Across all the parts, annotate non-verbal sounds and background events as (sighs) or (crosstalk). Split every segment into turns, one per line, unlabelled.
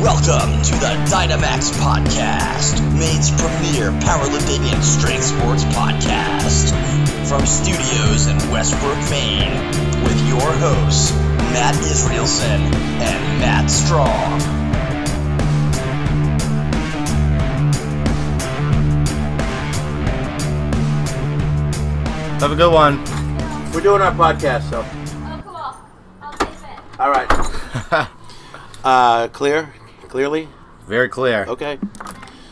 Welcome to the Dynamax Podcast, Maine's premier powerlifting and strength sports podcast. From studios in Westbrook, Maine, with your hosts, Matt Israelson and Matt Strong.
Have a good one.
We're doing our podcast, so.
Oh, cool. I'll tape it.
All right. (laughs) uh, clear? Clearly?
Very clear.
Okay.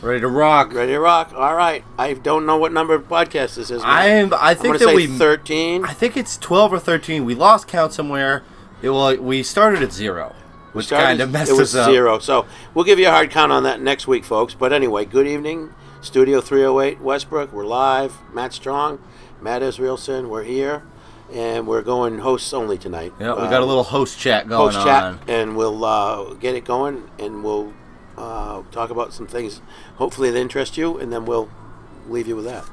Ready to rock.
Ready to rock? All right. I don't know what number of podcast this is.
I am. I
I'm going
think
to
that we.
say 13.
I think it's twelve or thirteen. We lost count somewhere. It, well, we started at zero, which
Started-
kind of messed
It was
us up.
zero. So we'll give you a hard count on that next week, folks. But anyway, good evening. Studio 308 Westbrook. We're live. Matt Strong, Matt Israelson. We're here. And we're going hosts only tonight.
Yeah, we
Uh,
got a little host chat going
post chat,
on.
and we'll uh, get it going, and we'll uh, talk about some things hopefully that interest you, and then we'll leave you with that.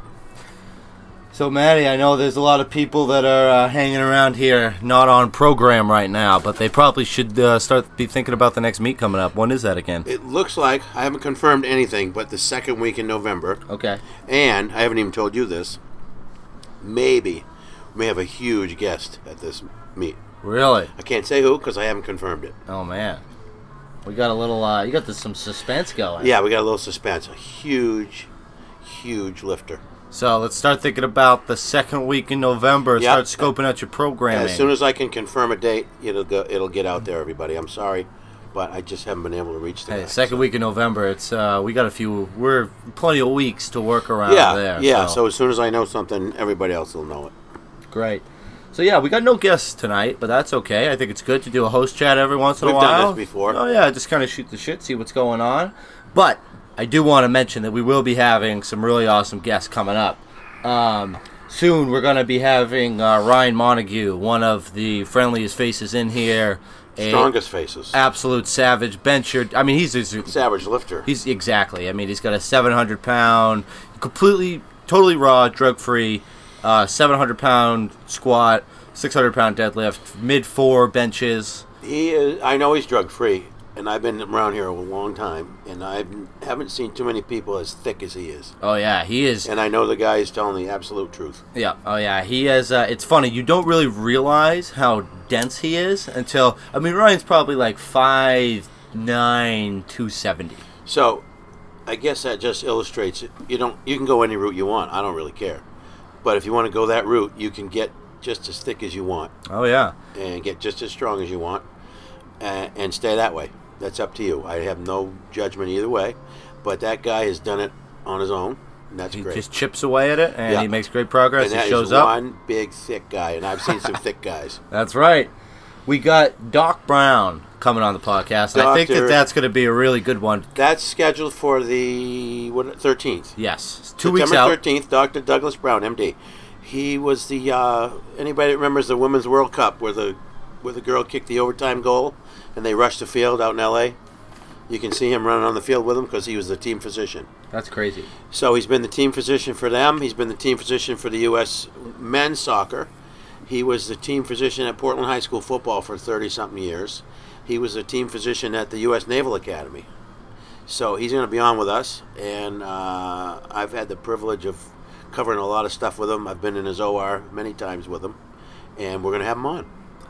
So, Maddie, I know there's a lot of people that are uh, hanging around here, not on program right now, but they probably should uh, start be thinking about the next meet coming up. When is that again?
It looks like I haven't confirmed anything, but the second week in November,
Okay.
and I haven't even told you this. Maybe we may have a huge guest at this meet.
Really?
I can't say who because I haven't confirmed it.
Oh man, we got a little. Uh, you got this, some suspense going.
Yeah, we got a little suspense. A huge, huge lifter.
So let's start thinking about the second week in November.
Yeah.
Start scoping out your programming.
As soon as I can confirm a date, it'll go, it'll get out there, everybody. I'm sorry, but I just haven't been able to reach the
Hey, second week in November. It's uh, we got a few. We're plenty of weeks to work around
yeah,
there.
yeah. So. as soon as I know something, everybody else will know it.
great. So yeah, we got no guests tonight, but that's okay. I think it's good to do a host chat every once in a
We've
while.
done this before.
Oh yeah, just kind of shoot the shit, see what's going on. But I do want to mention that we will be having some really awesome guests coming up. Um, soon we're going to be having uh, Ryan Montague, one of the friendliest faces in here. a
Strongest faces,
Absolute savage bencher. I mean, he's he's-
savage lifter.
He's exactly. I mean, he's got a 700 pound, completely, totally raw, drug free, uh, 700 pound squat, 600 pound deadlift, mid four benches.
He is. I know he's drug free, and I've been around here a long time, and I haven't seen too many people as thick as he is.
Oh yeah, he is.
And I know the guy is telling the absolute truth.
Yeah. Oh yeah, he has. Uh, it's funny. You don't really realize how dense he is until. I mean, Ryan's probably like five nine two seventy.
So, I guess that just illustrates it. You don't. You can go any route you want. I don't really care. But if you want to go that route, you can get just as thick as you want,
Oh yeah.
and get just as strong as you want, and, and stay that way. That's up to you. I have no judgment either way. But that guy has done it on his own, and that's
He
great.
just chips away at it, and
Yeah.
he makes great progress.
and that
he
is
shows up.
one big thick guy, and I've seen some thick guys.
That's right. We got Doc Brown coming on the podcast. and I think that
Doctor-
that's going to be a really good one.
That's scheduled for the what thirteenth.
Yes, it's two weeks
September
out.
thirteenth, Dr. Douglas Brown, MD. He was the uh, anybody that remembers the Women's World Cup where the where the girl kicked the overtime goal and they rushed the field out in L.A. You can see him running on the field with them because he was the team physician.
That's crazy.
So he's been the team physician for them. He's been the team physician for the U.S. men's soccer. He was the team physician at Portland High School football for 30 something years. He was a team physician at the U.S. Naval Academy. So he's going to be on with us, and uh, I've had the privilege of covering a lot of stuff with him. I've been in his OR many times with him, and we're going to have him on.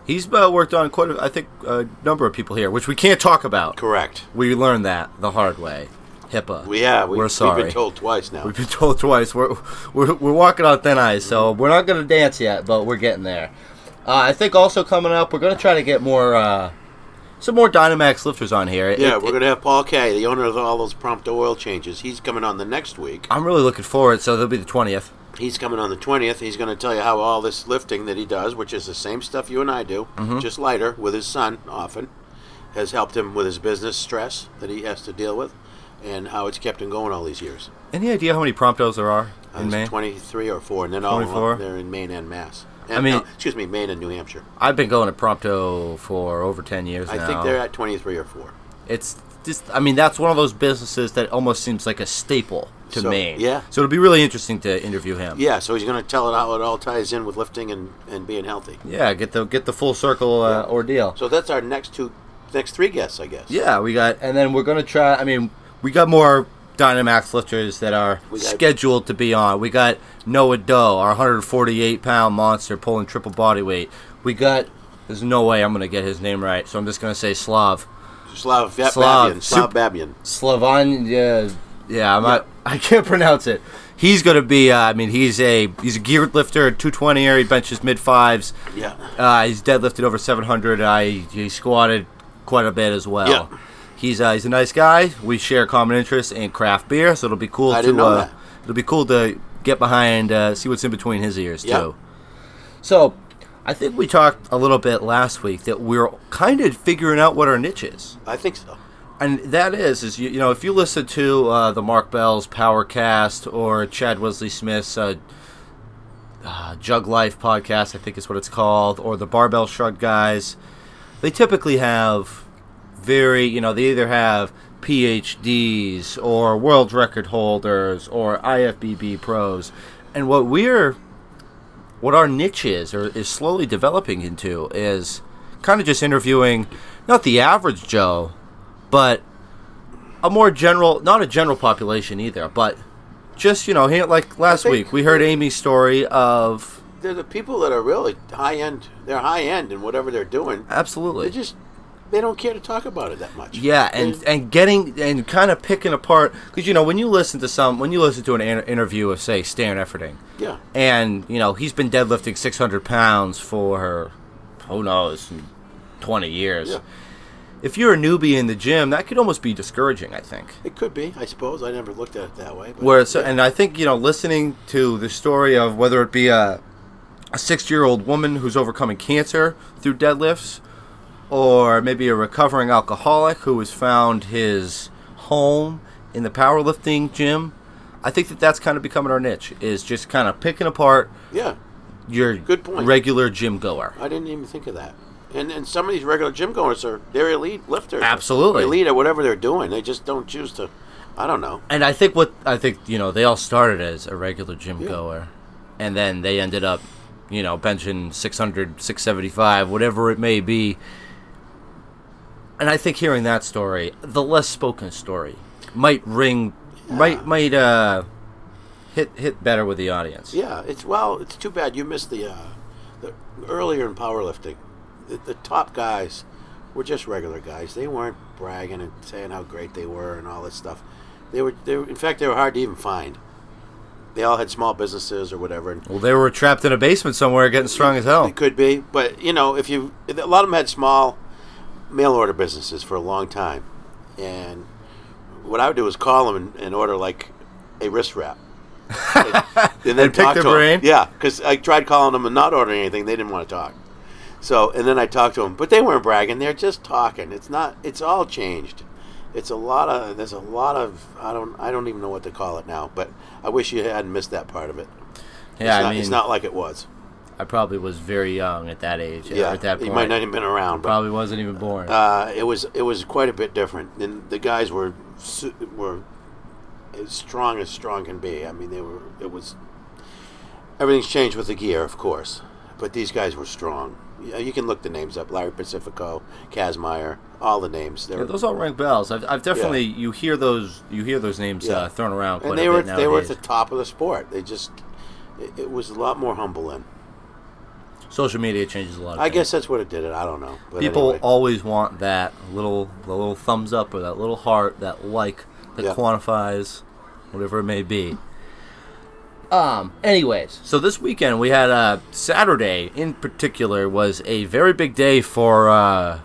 He's uh, worked on quite, a, I think, a number of people here, which we can't talk about.
Correct.
We learned that the hard way. HIPAA.
We, yeah, we,
are sorry.
We've been told twice now.
We've been told twice. We're, we're, we're walking on thin ice, so we're not going to dance yet, but we're getting there. Uh, I think also coming up, we're going to try to get more uh, some more Dynamax lifters on here. It-
yeah,
it-
we're going to have Paul Kay, the owner of all those prompt oil changes. He's coming on the next week.
I'm really looking forward. So there'll be the twentieth.
He's coming on the 20th. He's going to tell you how all this lifting that he does, which is the same stuff you and I do,
Mm-hmm.
just lighter with his son often, has helped him with his business stress that he has to deal with and how it's kept him going all these years.
Any idea how many promptos there are
Uh,
in
it's
Maine?
23 or 4, and then all
24?
of them, they're in Maine and Mass. And,
I mean-
no, excuse me, Maine and New Hampshire.
I've been going to Prompto for over ten years
I
now.
think they're at 23 or 4.
It's just, I mean, that's one of those businesses that almost seems like a staple to
So,
Maine.
yeah.
So it'll be really interesting to interview him.
Yeah, so he's going to tell it how it all ties in with lifting and, and being healthy.
Yeah, Get the get the full circle uh,
Yeah.
ordeal.
So that's our next two next three guests, I guess.
Yeah, we got, and then we're gonna try. I mean, we got more Dynamax lifters that are
We got-
scheduled to be on. We got Noah Doe, our 148 pound monster pulling triple body weight. We got. There's no way I'm gonna get his name right, so I'm just gonna say Slav.
Slav, yeah,
Slav.
Babian. Slav
Sup-
Babian.
Slavan. Yeah, yeah. I'm not. (laughs) I can't pronounce it. He's gonna be. Uh, I mean, he's a he's a geared lifter, 220 area benches, mid fives.
Yeah.
Uh, he's deadlifted over 700. I he squatted quite a bit as well.
Yeah.
He's uh, he's a nice guy. We share common interests in craft beer, so it'll be cool
I
to
didn't know
uh,
that.
it'll be cool to get behind, uh, see what's in between his ears
Yeah.
too. So, I think we talked a little bit last week that we're kind of figuring out what our niche is
I think so.
and that is is you, you know if you listen to uh, the Mark Bell's Powercast or Chad Wesley Smith's uh, uh, Jug Life podcast, I think is what it's called, or the Barbell Shrug guys, they typically have very you know they either have PhDs or world record holders or IFBB pros, and what we're what our niche is or is slowly developing into is kind of just interviewing not the average Joe but a more general, not a general population either, but just you know, here like last
think-
week we heard Amy's story of
They're the people that are really high end. They're high end in whatever they're doing.
absolutely,
They just they don't care to talk about it that much.
yeah, and
They-
and getting and kind of picking apart because you know when you listen to some when you listen to an inter- interview of say Stan Efferding,
yeah.
and you know he's been deadlifting 600 pounds for who knows 20 years.
Yeah.
If you're a newbie in the gym, that could almost be discouraging. I think.
It could be, I suppose. I never looked at it that way. But
Where so, and I think you know, listening to the story of whether it be a a sixty-year-old woman who's overcoming cancer through deadlifts, or maybe a recovering alcoholic who has found his home in the powerlifting gym, I think that that's kind of becoming our niche. Is just kind of picking apart
yeah,
your
Good point.
regular gym goer.
I didn't even think of that. And and some of these regular gym goers are they're elite lifters,
Absolutely.
elite at whatever they're doing. They just don't choose to. I don't know.
And I think what I think you know they all started as a regular gym goer, and then they ended up, you know, benching 600, 675, whatever it may be. And I think hearing that story, the less spoken story, might ring, might might uh, hit hit better with the audience.
Yeah, it's well, it's too bad you missed the, uh, the earlier in powerlifting. The, the top guys were just regular guys. They weren't bragging and saying how great they were and all this stuff. They were, they were in fact, they were hard to even find. They all had small businesses or whatever. And
Well, they were trapped in a basement somewhere, getting strong as hell.
It could be, but you know, if you a lot of them had small mail order businesses for a long time, and what I would do is call them and, and order like a
(laughs)
wrist wrap. and, then
And pick
talk
their
to 'em.
brain?
Yeah, because I tried calling them and not ordering anything. They didn't want to talk. So, and then I talked to them, but they weren't bragging. They're just talking. It's not. It's all changed. It's a lot of. There's a lot of. I don't. I don't even know what to call it now. But I wish you hadn't missed that part of it.
Yeah,
it's
I
not,
mean,
it's not like it was.
I probably was very young at that age. Yeah,
Yeah,
at that
he
point,
might not even been around. But
probably wasn't even born.
uh, it was it was quite a bit different. And the guys were su- were as strong as strong can be. I mean, they were. It was everything's changed with the gear, of course, but these guys were strong. Yeah, you can look the names up: Larry Pacifico, Kazmaier, all the names. They
Yeah,
were,
those all ring bells. I've, I've definitely you hear those you hear those names
Yeah.
uh, thrown around quite
and they
a
were
bit
they were at
nowadays.
the top of the sport. They just it, it was a lot more humble then.
Social media changes a lot. Of
I
things.
guess that's what it did. It I don't know. But
people
anyway.
always want that little the little thumbs up or that little heart that like that
Yeah.
quantifies whatever it may be. Um. Anyways, so this weekend we had uh, Saturday in particular was a very big day for. Uh,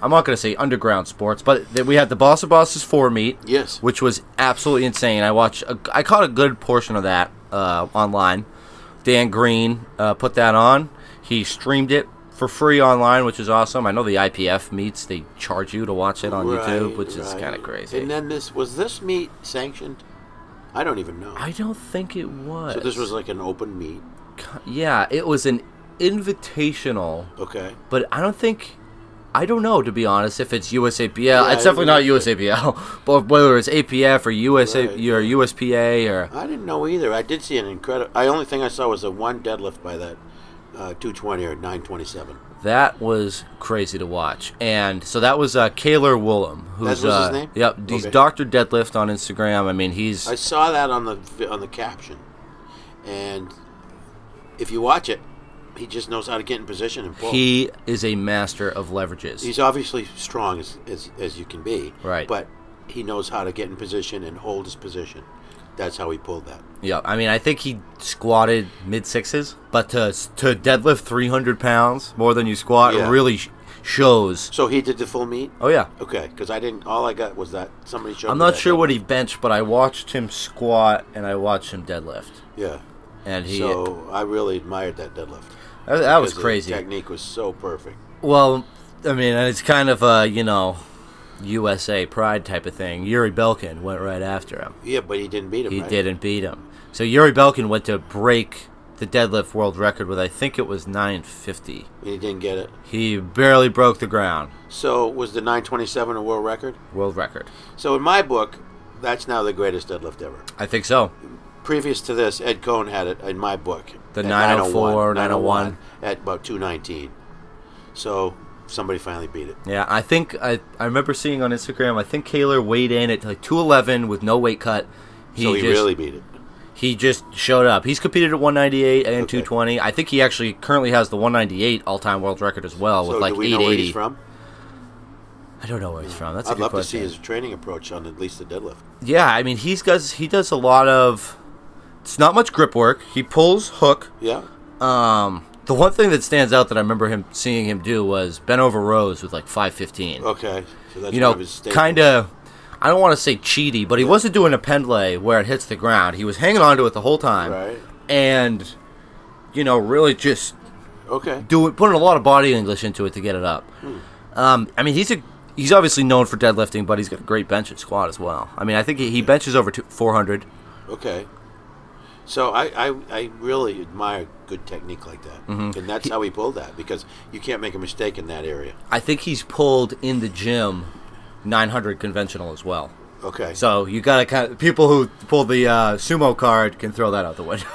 I'm not going to say underground sports, but th- we had the Bossa Bosses four meet.
Yes.
Which was absolutely insane. I watched. A, I caught a good portion of that uh, online. Dan Green uh, put that on. He streamed it for free online, which is awesome. I know the IPF meets they charge you to watch it on YouTube,
Right,
which is
right.
kind of crazy.
And then this was this meet sanctioned? I don't even know.
I don't think it was.
So this was like an open meet.
yeah, it was an invitational,
Okay.
but I don't think. I don't know, to be honest, if it's USAPL.
I
it's definitely not
don't know.
USAPL, (laughs) but whether it's APF or USA
Right,
or USPA or
I didn't know either. I did see an incredible. I only thing I saw was the one deadlift by that uh, 220 or 927.
That was crazy to watch. And so that was uh, Kaylor Woolham. Who's,
That was his
uh,
name?
Yep. He's
Okay.
Dr. Deadlift on Instagram. I mean, he's.
I saw that on the vi- on the caption, and if you watch it, he just knows how to get in position and pull.
he is a master of leverages.
he's obviously strong as, as as you can be,
Right.
But he knows how to get in position and hold his position. That's how he pulled that.
yeah. I mean, I think he squatted mid sixes, but to, to deadlift 300 pounds more than you squat
Yeah.
really sh- shows.
So he did the full meet.
Oh, yeah.
Okay, because I didn't. All I got was that somebody showed.
I'm
me
not
that
sure what
number.
he benched, but I watched him squat and I watched him deadlift.
Yeah.
And he.
So I really admired that deadlift.
that, that was
'Cause the
crazy.
technique was so perfect.
Well, I mean, and it's kind of a you know, USA pride type of thing. Yuri Belkin went right after him.
Yeah, but he didn't beat him.
He
right?
didn't beat him. So Yuri Belkin went to break the deadlift world record with I think it was 950.
He didn't get it.
He barely broke the ground.
So was the 927 a world record?
World record.
So in my book, that's now the greatest deadlift ever.
I think so.
Previous to this, Ed Cohn had it in my book.
The
at
904, 901.
at about 219. So somebody finally beat it.
Yeah, I think I I remember seeing on Instagram. I think Kaylor weighed in at like 211 with no weight cut. He
so he
just,
really beat it.
He just showed up. He's competed at 198 and
Okay.
220. I think he actually currently has the 198 all-time world record as well
So
with like
do we know where
880.
he's from?
I don't know where he's from. That's a
I'd
good
love to see
question.
his training approach on at least the deadlift.
Yeah, I mean he's does he does a lot of. It's not much grip work. He pulls hook.
Yeah.
Um, the one thing that stands out that I remember him seeing him do was bent over rows with like 515.
Okay. So Oh, that's
you
one
know,
of his staples.
kind of. I don't want to say cheaty, but he wasn't doing a pendlay where it hits the ground. He was hanging on to it the whole time,
Right.
and you know, really just
Okay.
do it, putting a lot of body English into it to get it up. Um, I mean, he's a he's obviously known for deadlifting, but he's got a great bench and squat as well. I mean, I think he, he benches over two, 400.
Okay. So I, I, I really admire good technique like that,
Mm-hmm.
and that's how he pulled that because you can't make a mistake in that area.
I think he's pulled in the gym 900 conventional as well.
Okay.
So you got to kind of people who pull the uh, sumo card can throw that out the window.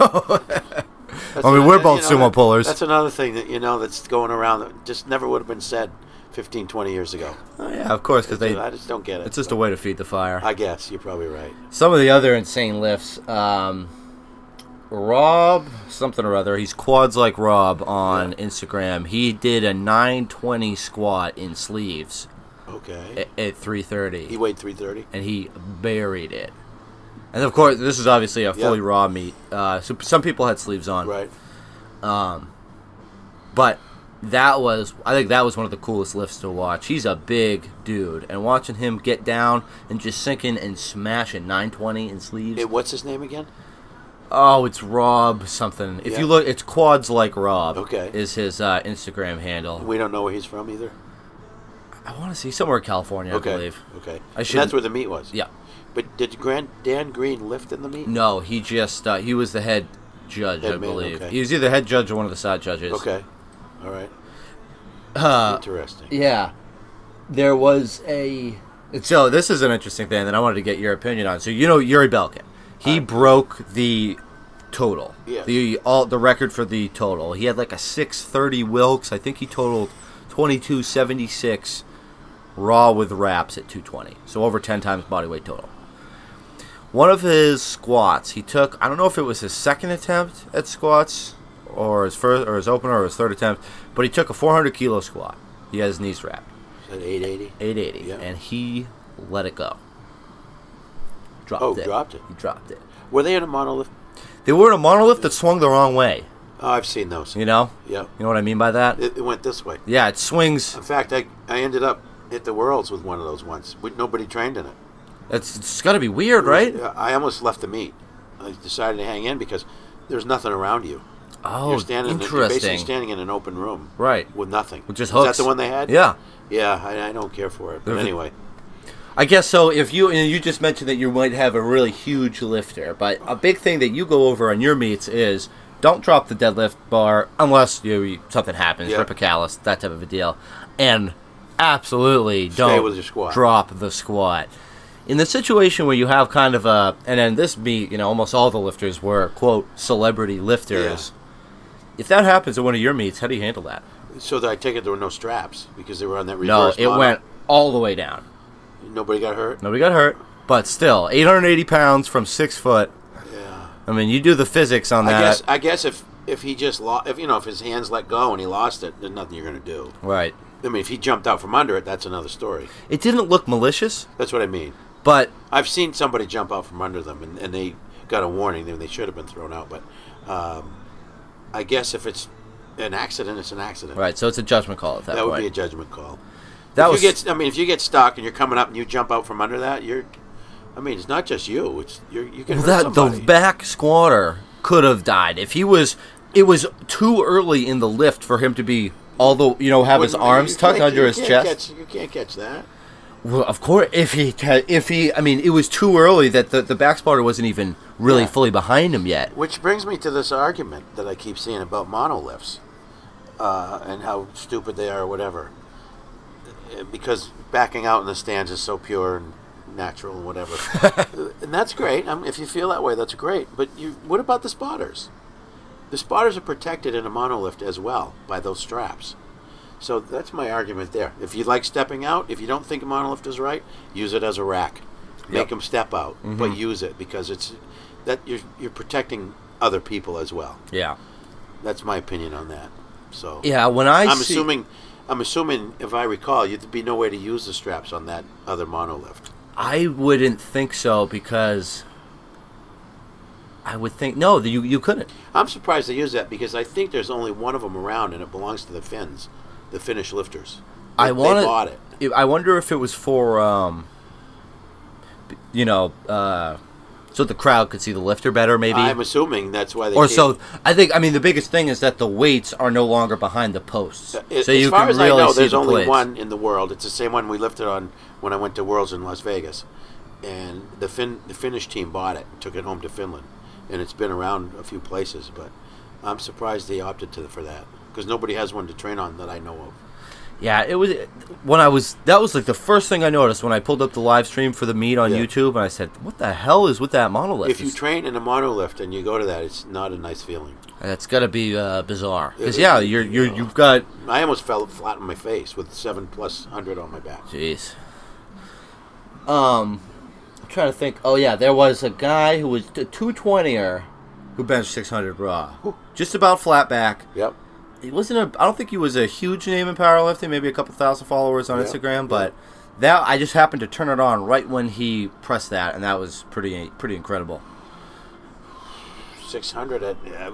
(laughs)
That's
I mean,
another-
we're both sumo
that-
pullers.
That's another thing that you know that's going around that just never would have been said 15, 20 years ago.
oh, yeah, of course, because they
I just don't get it.
it's just a
but
way to feed the fire.
I guess you're probably right.
Some of the other insane lifts. Um, Rob something or other. He's quads like Rob on Instagram. He did a 920 squat in sleeves
Okay.
at, at 330,
He weighed 330.
and he buried it. And of course, this is obviously a fully
Yeah.
raw meet. Uh, so some people had sleeves on,
Right.
but that was I think that was one of the coolest lifts to watch. He's a big dude, and watching him get down and just sinking and smashing 920 in sleeves.
Hey, what's his name again?
Oh, it's Rob something. If
Yeah.
you look, it's Quads Like Rob.
Okay.
Is his uh, Instagram handle.
We don't know where he's from either.
I want to see somewhere in California,
Okay.
I believe.
Okay.
I
And
shouldn't-
that's where the meet was.
Yeah.
But did Grand Dan Green lift in the meet?
No, he just, uh, he was the head judge,
Head
I
man,
believe.
okay.
He was either head judge or one of the side judges.
Okay. All right. Interesting.
Uh, Yeah. There was a. So this is an interesting thing that I wanted to get your opinion on. So you know Yuri Belkin, he broke the total,
Yeah.
the all the record for the total. He had like a six thirty Wilks. I think he totaled twenty two seventy six raw with wraps at two twenty. So over ten times body weight total. One of his squats, he took. I don't know if it was his second attempt at squats, or his first, or his opener, or his third attempt, but he took a four hundred kilo squat. He had his knees wrapped.
Is that 880?
880,
Yeah.
and he let it go. Dropped
Oh,
it.
dropped it.
He dropped it.
Were they in a monolith?
They were in a monolith that swung the wrong way.
Oh, I've seen those.
You know.
Yeah.
You know what I mean by that?
It, it went this way.
yeah, it swings.
In fact, I, I ended up at the Worlds with one of those once. We, nobody trained in it.
It's, it's got to be weird, right?
Yeah, I almost left the meet. I decided to hang in because there's nothing around you.
Oh,
you're standing in- you're basically
interesting.
standing in an open room.
Right.
With nothing.
With just
Is
hooks.
that the one they had?
Yeah.
Yeah, I, I don't care for it. But
There's a-
anyway,
I guess so. If you and you just mentioned that you might have a really huge lifter, but a big thing that you go over on your meets is don't drop the deadlift bar unless you, you- something happens,
Yeah.
rip a callus, that type of a deal, and absolutely don't
with your squat.
drop the squat. In the situation where you have kind of a and then this meet, you know, almost all the lifters were quote celebrity lifters. If that happens at one of your meets, how do you handle that?
So that I take it there were no straps because they were on that
No,
reverse.
it
mono.
went all the way down.
Nobody got hurt.
Nobody got hurt, but still, 880 pounds from six foot.
Yeah.
I mean, you do the physics on that,
I guess I guess if if he just lost, if you know, if his hands let go and he lost it, there's nothing you're gonna do.
right?
I mean, if he jumped out from under it, that's another story.
It didn't look malicious,
That's what I mean.
but
I've seen somebody jump out from under them, and, and they got a warning. and They should have been thrown out, but um, I guess if it's an accident, it's an accident.
right. So it's a judgment call at that,
That would
point.
be a judgment call.
that
if
was
you get, I mean, if you get stuck and you're coming up and you jump out from under that, you're. I mean, it's not just you. It's you're, you can
Well,
hurt
that
somebody.
the back squatter could have died if he was. It was too early in the lift for him to be. Although you know, have his
Wouldn't- you
arms tucked
can't-
under
you
his
can't
chest.
catch- you can't catch that.
Well, of course, if he, ca- if he, I mean, it was too early that the the back squatter wasn't even really
Yeah.
fully behind him yet.
Which brings me to this argument that I keep seeing about monoliths uh, and how stupid they are, or whatever. Uh, Because backing out in the stands is so pure and natural and whatever. Uh, and that's great. I mean, if you feel that way, that's great. But you, what about the spotters? The spotters are protected in a monolift as well by those straps. So that's my argument there. If you like stepping out, if you don't think a monolift is right, use it as a rack. Make them step out, but use it because it's that you're you're protecting other people as well.
Yeah,
That's my opinion on that. So
yeah. When I,
I'm
see-
assuming I'm assuming if I recall, you'd be no way to use the straps on that other monolift.
I wouldn't think so because I would think no, that you you couldn't.
I'm surprised they use that because I think there's only one of them around and it belongs to the Finns, the Finnish lifters.
I
They-
wanna-
they bought it.
If- I wonder if it was for um, you know, uh, so the crowd could see the lifter better, maybe.
I'm assuming that's why they
or
came-
so I think. I mean, the biggest thing is that the weights are no longer behind the posts,
Uh, As,
so you
as far
can
as
really
I know,
see
there's
the
only
plates.
one in the world. It's the same one we lifted on when I went to Worlds in Las Vegas, and the fin the Finnish team bought it, took it home to Finland, and it's been around a few places. But I'm surprised they opted to for that because nobody has one to train on that I know of.
Yeah, it was when I was. That was like the first thing I noticed when I pulled up the live stream for the meet on
Yeah.
YouTube, and I said, "What the hell is with that monolith?
if you train in a monolift and you go to that, it's not a nice feeling.
That's got to be uh, bizarre." Because
It-
yeah, you're you're you've got
I almost fell flat on my face with seven plus hundred on my back.
Jeez. Um, I'm trying to think. Oh yeah, there was a guy who was a 220er who benched 600 raw, just about flat back.
Yep.
He wasn't a. I don't think he was a huge name in powerlifting. Maybe a couple thousand followers on
Yeah,
Instagram, but that I just happened to turn it on right when he pressed that, and that was pretty pretty incredible.
600 at uh,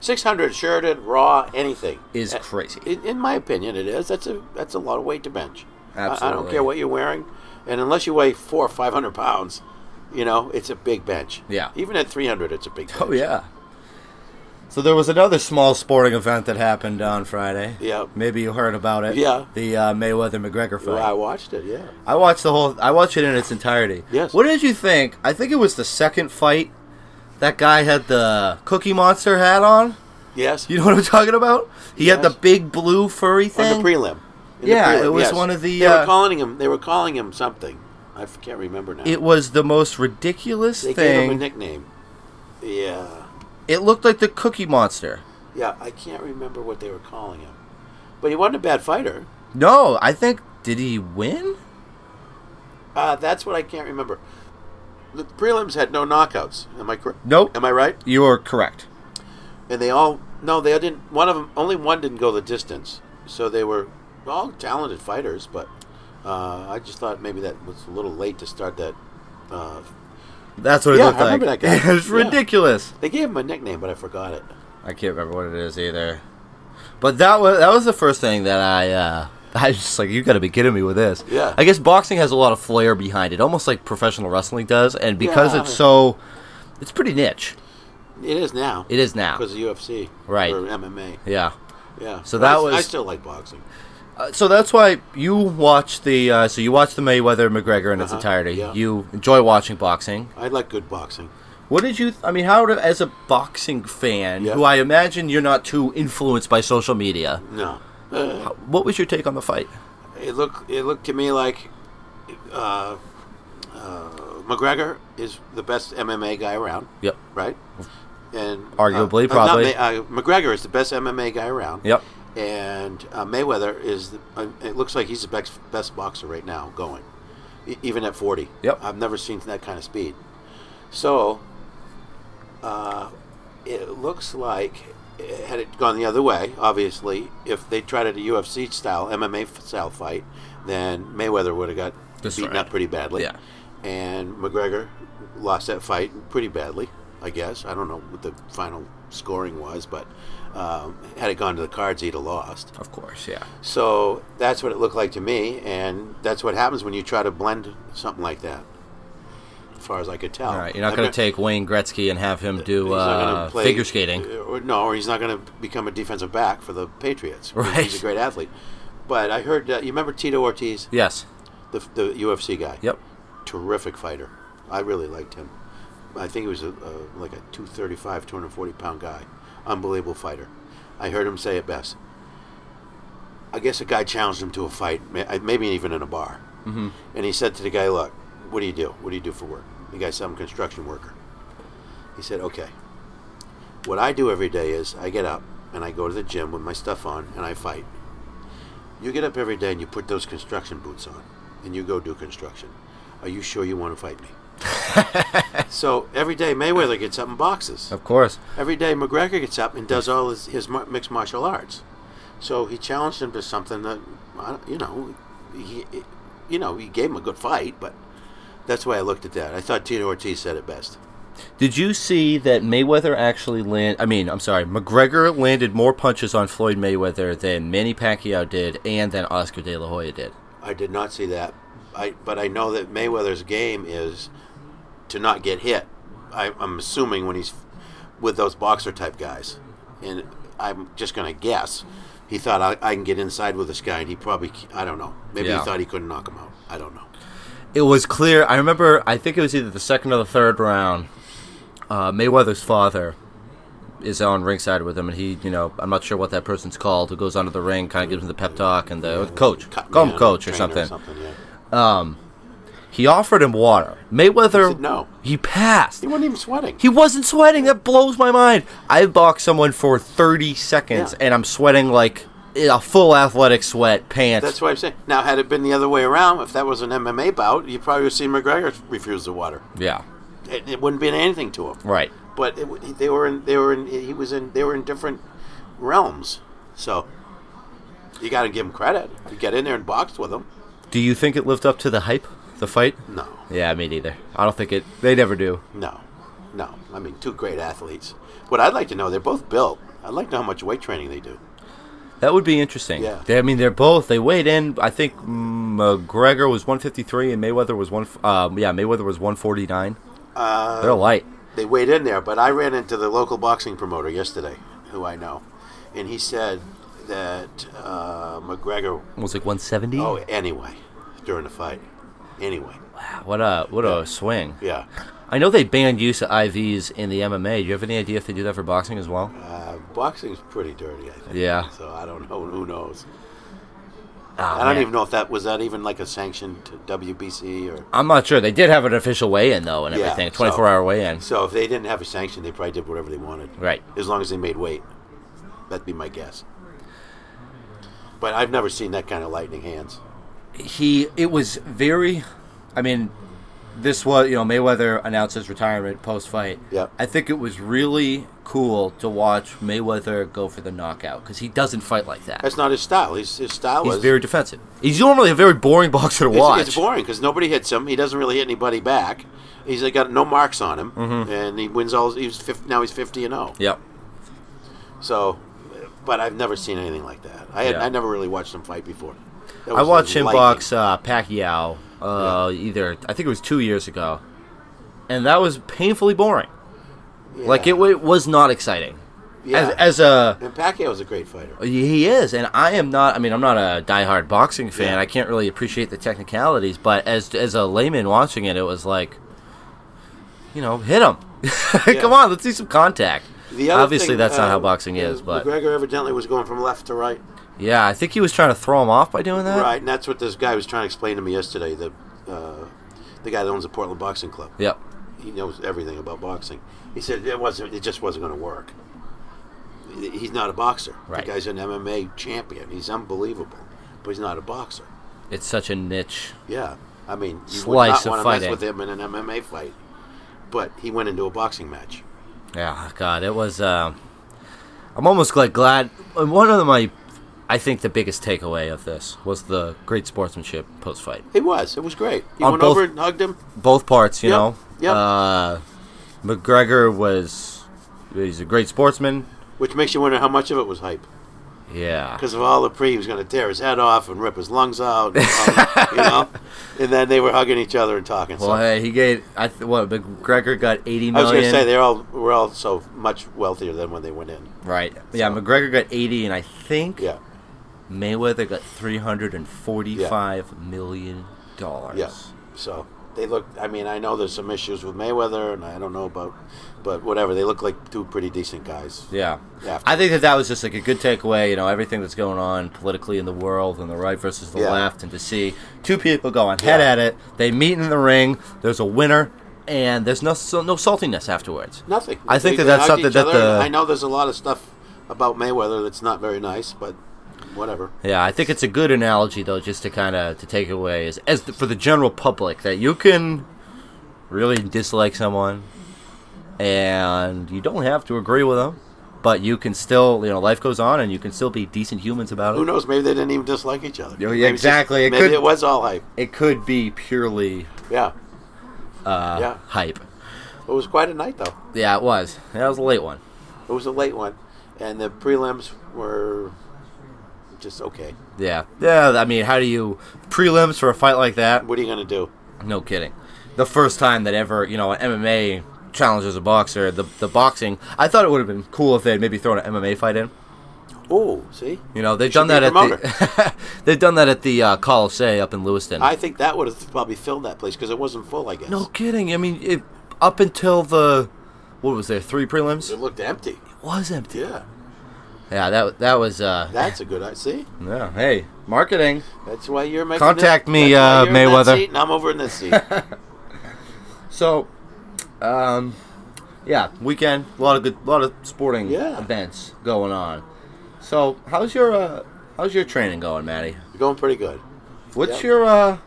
600 shirted raw anything
Is
Uh,
crazy.
in, in my opinion it is that's a that's a lot of weight to bench I- I,
Absolutely.
don't care what you're wearing and unless you weigh four or five hundred pounds you know it's a big bench
Yeah.
even at 300 it's a big (laughs)
(laughs)
bench.
Oh yeah. So there was another small sporting event that happened on Friday.
Yep.
Maybe you heard about it.
Yeah.
The uh, Mayweather McGregor fight.
Well, I watched it yeah
I watched the whole. I watched it in its entirety.
Yes.
What did you think? I think it was the second fight. That guy had the Cookie Monster hat on.
yes
You know what I'm talking about? He had the
Yes.
big blue furry thing.
on the prelim In the
Yeah,
prelim,
it was
yes.
one of the,
they
uh,
were calling him they were calling him something I f- can't remember now
it was the most ridiculous
they gave
thing.
him a nickname yeah
it looked like the Cookie Monster.
yeah I can't remember what they were calling him but he wasn't a bad fighter
No, I think did he win?
Uh, that's what I can't remember. The prelims had no knockouts. Am I correct?
Nope.
Am I right?
You are correct.
And they all no, they didn't. One of them, only one didn't go the distance. So they were all talented fighters, but uh, I just thought maybe that was a little late to start that. Uh,
That's what it
Yeah,
looked
I
like.
remember that guy.
(laughs) it was
Yeah.
ridiculous.
they gave him a nickname, but I forgot it.
I can't remember what it is either. But that was that was the first thing that I uh, (laughs) I was just like you got to be kidding me with this.
Yeah.
I guess boxing has a lot of flair behind it, almost like professional wrestling does, and because
Yeah.
it's so, it's pretty niche.
It is now.
It is now.
because of UFC,
Right.
Or MMA.
Yeah.
Yeah.
So
But I
that
s-
was-
I still like boxing.
Uh, so that's why you watch the uh, so you watch the Mayweather McGregor in its
Uh-huh,
entirety.
yeah.
You enjoy watching boxing.
I like good boxing.
What did you? I mean, how did, as a boxing fan,
Yeah.
who I imagine you're not too influenced by social media,
No.
what was your take on the fight?
it looked it looked to me like uh, uh, McGregor is the best MMA guy around,
Yep.
right? and
Arguably,
uh, not
probably.
May- uh, McGregor is the best MMA guy around.
Yep.
And uh, Mayweather is. The, uh, it looks like he's the best best boxer right now going, e- even at forty.
Yep.
I've never seen that kind of speed. So, uh, it looks like eh, had it gone the other way, obviously, if they tried it a UFC style MMA f- style fight, then Mayweather would have got
Destroyed.
beaten up pretty badly.
Yeah.
And McGregor lost that fight pretty badly, I guess. I don't know what the final scoring was, but um, had it gone to the cards, he'd have lost.
Of course, yeah.
So that's what it looked like to me, and that's what happens when you try to blend something like that. As far as I could tell.
All right, you're not
I've
going
got-
to take Wayne Gretzky and have him do
Oh, he's not gonna
uh,
play-
figure skating.
Or, no, or he's not going to become a defensive back for the Patriots. because He's
Right.
a great athlete. But I heard, uh, you remember Tito Ortiz,
Yes.
the, the UFC guy?
Yep.
Terrific fighter. I really liked him. I think he was a, a, like a 235, 240 pound guy. Unbelievable fighter. I heard him say it best. I guess a guy challenged him to a fight, ma- I- maybe even in a bar. Mm-hmm. And he said to the guy, Look, what do you do? What do you do for work? The guy said, I'm a construction worker. He said, Okay. What I do every day is I get up and I go to the gym with my stuff on and I fight. You get up every day and you put those construction boots on and you go do construction. Are you sure you want to fight me? so every day Mayweather gets up and boxes.
Of course.
Every day McGregor gets up and does all his, his mar- mixed martial arts. So he challenged him to something that, I- you know, he, you know, he gave him a good fight, but that's why I looked at that. I thought Tito Ortiz said it best.
Did you see that Mayweather actually land? I mean, I'm sorry, McGregor landed more punches on Floyd Mayweather than Manny Pacquiao did, and than Oscar De La Hoya did.
I did not see that. I but I know that Mayweather's game is to not get hit. I, I'm assuming when he's with those boxer type guys, and I'm just gonna guess. He thought I, I can get inside with this guy, and he probably c- I don't know. Maybe
Yeah.
he thought he couldn't knock him out. I don't know.
It was clear. I remember. I think it was either the second or the third round. Uh, Mayweather's father is on ringside with him, and he, you know, I'm not sure what that person's called, who goes onto the ring, kind of gives him the pep talk, and the coach,
Cut
call
man,
him coach or
trainer
something.
yeah.
He offered him water. Mayweather,
He said no.
He passed.
He wasn't even sweating.
He wasn't sweating. That blows my mind. I boxed someone for 30 seconds
Yeah.
and I'm sweating like a full athletic sweat, pants.
That's what I'm saying. Now, had it been the other way around, if that was an MMA bout, you probably would see McGregor refuse the water.
yeah,
It, it wouldn't be anything to him.
right.
but it, w- they were in they were in he was in they were in different realms so you got to give him credit you get in there and boxed with him
Do you think it lived up to the hype, the fight?
no
Yeah, me neither. I don't think it. They never do.
no no i mean two great athletes what i'd like to know they're both built i'd like to know how much weight training they do
That would be interesting.
Yeah.
They, I mean, they're both. They weighed in. I think McGregor was 153 and Mayweather was one. Um, yeah, Mayweather was 149. Uh, they're light.
they weighed in there, but I ran into the local boxing promoter yesterday, who I know, and he said that uh, McGregor.
It was like 170.
Oh, anyway, during the fight, anyway,
What a what a swing.
yeah.
I know they banned use of IVs in the MMA. Do you have any idea if they do that for boxing as well?
Uh, boxing's pretty dirty, I think.
Yeah.
So I don't know. Who knows?
Ah,
I don't
man.
even know if that was that even like a sanctioned WBC or.
I'm not sure. They did have an official weigh-in though, and
Yeah,
everything.
so-
24 hour weigh-in.
So if they didn't have a sanction, they probably did whatever they wanted.
Right.
As long as they made weight, that'd be my guess. But I've never seen that kind of lightning hands.
He. It was very. I mean, this was you know Mayweather announced his retirement post-fight.
Yep.
I think it was really cool to watch Mayweather go for the knockout because he doesn't fight like that.
That's not his style. His, his style
He's
was
very defensive. He's normally a very boring (laughs) boxer to
it's,
watch.
It's boring because nobody hits him. He doesn't really hit anybody back. He's got no marks on him,
Mm-hmm.
and he wins all. He's fif- now he's fifty and zero.
Yep.
So, but I've never seen anything like that. I had,
Yeah.
I never really watched him fight before. That
I
was
watched him
lightning.
box uh, Pacquiao uh, either I think it was two years ago, and that was painfully boring. Like it,
Yeah.
wa- it was not exciting.
Yeah.
As, as a
And Pacquiao's a great fighter.
he is, and I am not. I mean, I'm not a diehard boxing fan.
Yeah.
I can't really appreciate the technicalities, but as as a layman watching it, it was like, you know, hit him. (laughs) Come on, let's see some contact.
The other
Obviously,
thing,
that's not
uh,
how boxing
uh,
is, but
McGregor evidently was going from left to right,
yeah, I think he was trying to throw him off by doing that.
right, and that's what this guy was trying to explain to me yesterday. The uh, the guy that owns the Portland Boxing Club.
Yep.
he knows everything about boxing. He said it wasn't. It just wasn't going to work. He's not a boxer.
Right.
The guy's an MMA champion. He's unbelievable, but he's not a boxer.
It's such a niche.
Yeah, I mean, you
Slice
would
of
not want to
fighting.
mess with him in an MMA fight. But he went into a boxing match.
Yeah, God, it was. um I'm almost glad. Glad one of my, I think the biggest takeaway of this was the great sportsmanship post fight.
It was. It was great. He
On
went
both-
over and hugged him.
Both parts, you
Yep,
know.
yep.
Uh, McGregor was. He's a great sportsman.
Which makes you wonder how much of it was hype.
Yeah.
Because of all the pre, he was going to tear his head off and rip his lungs out. And, all-
(laughs)
you know? And then they were hugging each other and talking. So
Well, hey, he gave. I th- what McGregor got eighty
I was
million.
going to say, they all were all so much wealthier than when they went in.
right. Yeah, McGregor got eighty, and I think
Yeah.
Mayweather got three hundred and forty-five million dollars.
Yeah. So they look, I mean, I know there's some issues with Mayweather, and I don't know about, but whatever. They look like two pretty decent guys.
Yeah.
After.
I think that that was just like a good takeaway, you know, everything that's going on politically in the world and the right versus the
Yeah.
left, and to see two people going head
Yeah.
at it, they meet in the ring, there's a winner, and there's no, so, no saltiness afterwards.
Nothing.
I think
They-
that that's
they hugged
something
each
that
other, and
the-
I know there's a lot of stuff about Mayweather that's not very nice, but whatever.
Yeah, I think it's a good analogy though, just to kind of to take away is as the, for the general public that you can really dislike someone, and you don't have to agree with them, but you can still, you know, life goes on, and you can still be decent humans about
Who
it.
knows? Maybe they didn't even dislike each other.
Uh, Oh, Yeah,
Maybe it's just-
exactly, it
maybe
could-
it was all hype.
It could be purely
Yeah. Uh, yeah.
hype.
It was quite a night, though.
Yeah, it was. That was a late one.
It was a late one, and the prelims were just okay.
Yeah, yeah. I mean, how do you prelims for a fight like that?
What are you going to do?
No kidding. The first time that ever, you know, an MMA challenges a boxer, the the boxing. I thought it would have been cool if they had maybe thrown an MMA fight in.
Oh, see,
You know, they've done
Should be a
that at the (laughs) they've done that at the uh, Colisee up in Lewiston.
I think that would have probably filled that place because it wasn't full. I guess
no kidding. I mean, it, up until the what was there three prelims?
it
It
looked empty.
was empty.
Yeah,
Yeah, that that was. Uh,
that's a good. I see.
yeah. Hey, marketing.
That's why you're making.
Contact
this-
me,
that's why
uh,
you're in that
Mayweather.
seat and I'm over in this seat.
So, um, yeah, weekend, a lot of good, lot of sporting
Yeah.
events going on. So, how's your uh, how's your training going, Maddie?
You're going pretty good.
What's
Yep.
your uh,